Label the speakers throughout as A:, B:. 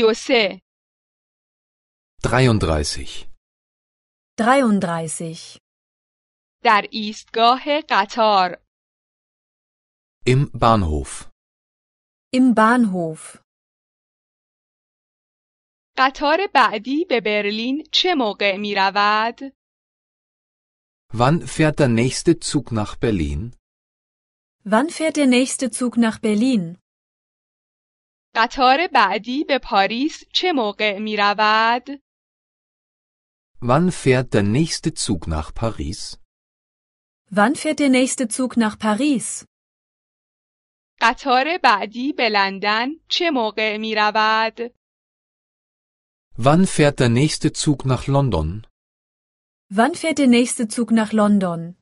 A: José.
B: 33.
C: 33.
A: در ایستگاه قطار
B: Im Bahnhof.
C: Im Bahnhof.
A: قطار بعدی به برلین چه موقع می رود؟
B: Wann fährt der nächste Zug nach Berlin?
C: Wann fährt der nächste Zug nach Berlin?
A: قطار بعدی به پاریس چه موقع می رود؟
B: Wann fährt der nächste Zug nach Paris?
C: Wann fährt der nächste Zug nach Paris?
A: قطار بعدی به لندن چه موقع می رود؟
B: Wann fährt der nächste Zug nach London?
C: Wann fährt der nächste Zug nach London?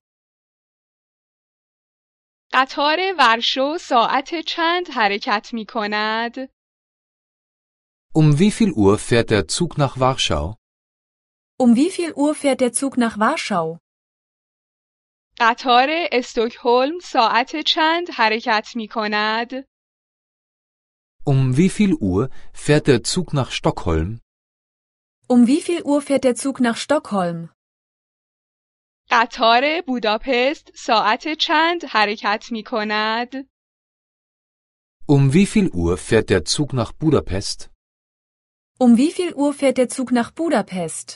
A: قطار ورشو ساعت چند حرکت می کند؟
B: Um wie viel Uhr fährt der Zug nach Warschau?
C: Um wie viel Uhr fährt der Zug nach Warschau?
A: قطار استکهلم ساعت چند حرکت می کند؟
B: Um wie viel Uhr fährt der Zug nach Stockholm?
C: Um wie viel Uhr fährt der Zug nach Stockholm?
A: قطار بوداپست ساعت چند حرکت می کند؟
B: Um wie viel Uhr fährt der Zug nach Budapest?
C: Um wie viel Uhr fährt der Zug nach Budapest?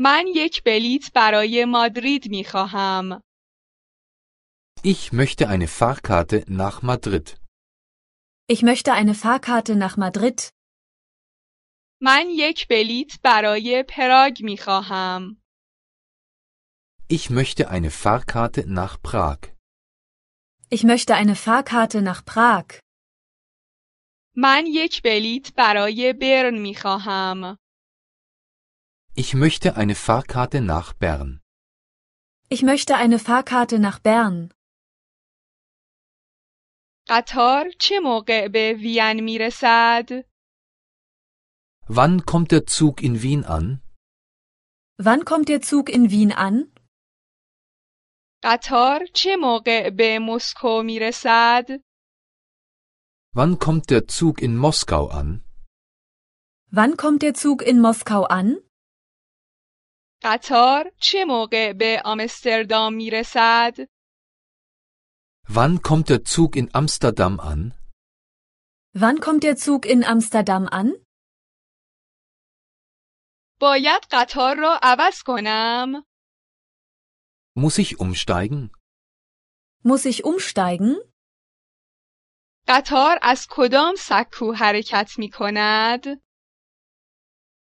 A: من یک بلیت برای مادرید می خواهم.
B: Ich möchte eine Fahrkarte nach Madrid.
C: Ich möchte eine Fahrkarte nach Madrid.
A: من یک بلیت برای پراگ می خواهم.
B: Ich möchte eine Fahrkarte nach Prag.
C: Ich möchte eine Fahrkarte nach Prag.
A: من یک بلیت برای برن می خواهم.
B: Ich möchte eine Fahrkarte nach Bern.
C: Ich möchte eine Fahrkarte nach Bern.
A: قطار چه موقع به وین می رسد؟
B: Wann kommt der Zug in Wien an?
C: Wann kommt der Zug in Wien an?
A: قطار چه موقع به مسکو می رسد؟
B: Wann kommt der Zug in Moskau an?
C: Wann kommt der Zug in Moskau an?
A: قطار چه موقع به آمستردام می رسد؟
B: Wann kommt der Zug in Amsterdam an?
C: Wann kommt der Zug in Amsterdam an?
A: باید قطار را عوض کنم.
B: Muss ich umsteigen?
C: Muss ich umsteigen?
A: قطار از کدام سکو حرکت می کند؟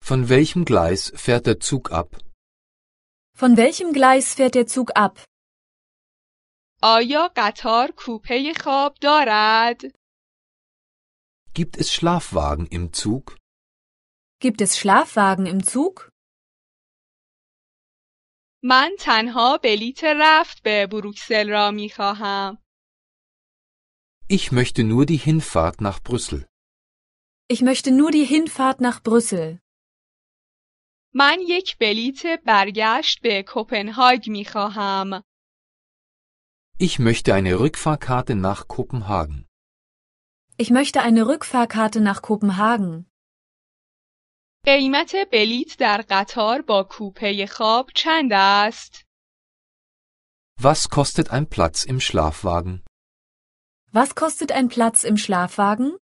B: Von welchem Gleis fährt der Zug ab?
C: Von welchem Gleis fährt der Zug ab?
A: آیا قطار کوپه خواب دارد؟
B: Gibt es Schlafwagen im Zug?
C: Gibt es Schlafwagen im Zug?
A: من تنها بلیت رفت به بروکسل را می خواهم.
B: Ich möchte nur die Hinfahrt nach Brüssel.
C: Ich möchte nur die Hinfahrt nach Brüssel.
A: من یک بلیت برگشت به کوپنهاگ می خواهم.
B: Ich möchte eine Rückfahrkarte nach Kopenhagen.
C: Ich möchte eine Rückfahrkarte nach Kopenhagen.
A: قیمت بلیت در قطار با کوپه خواب چند است؟
B: Was kostet ein Platz im Schlafwagen?
C: Was kostet ein Platz im Schlafwagen?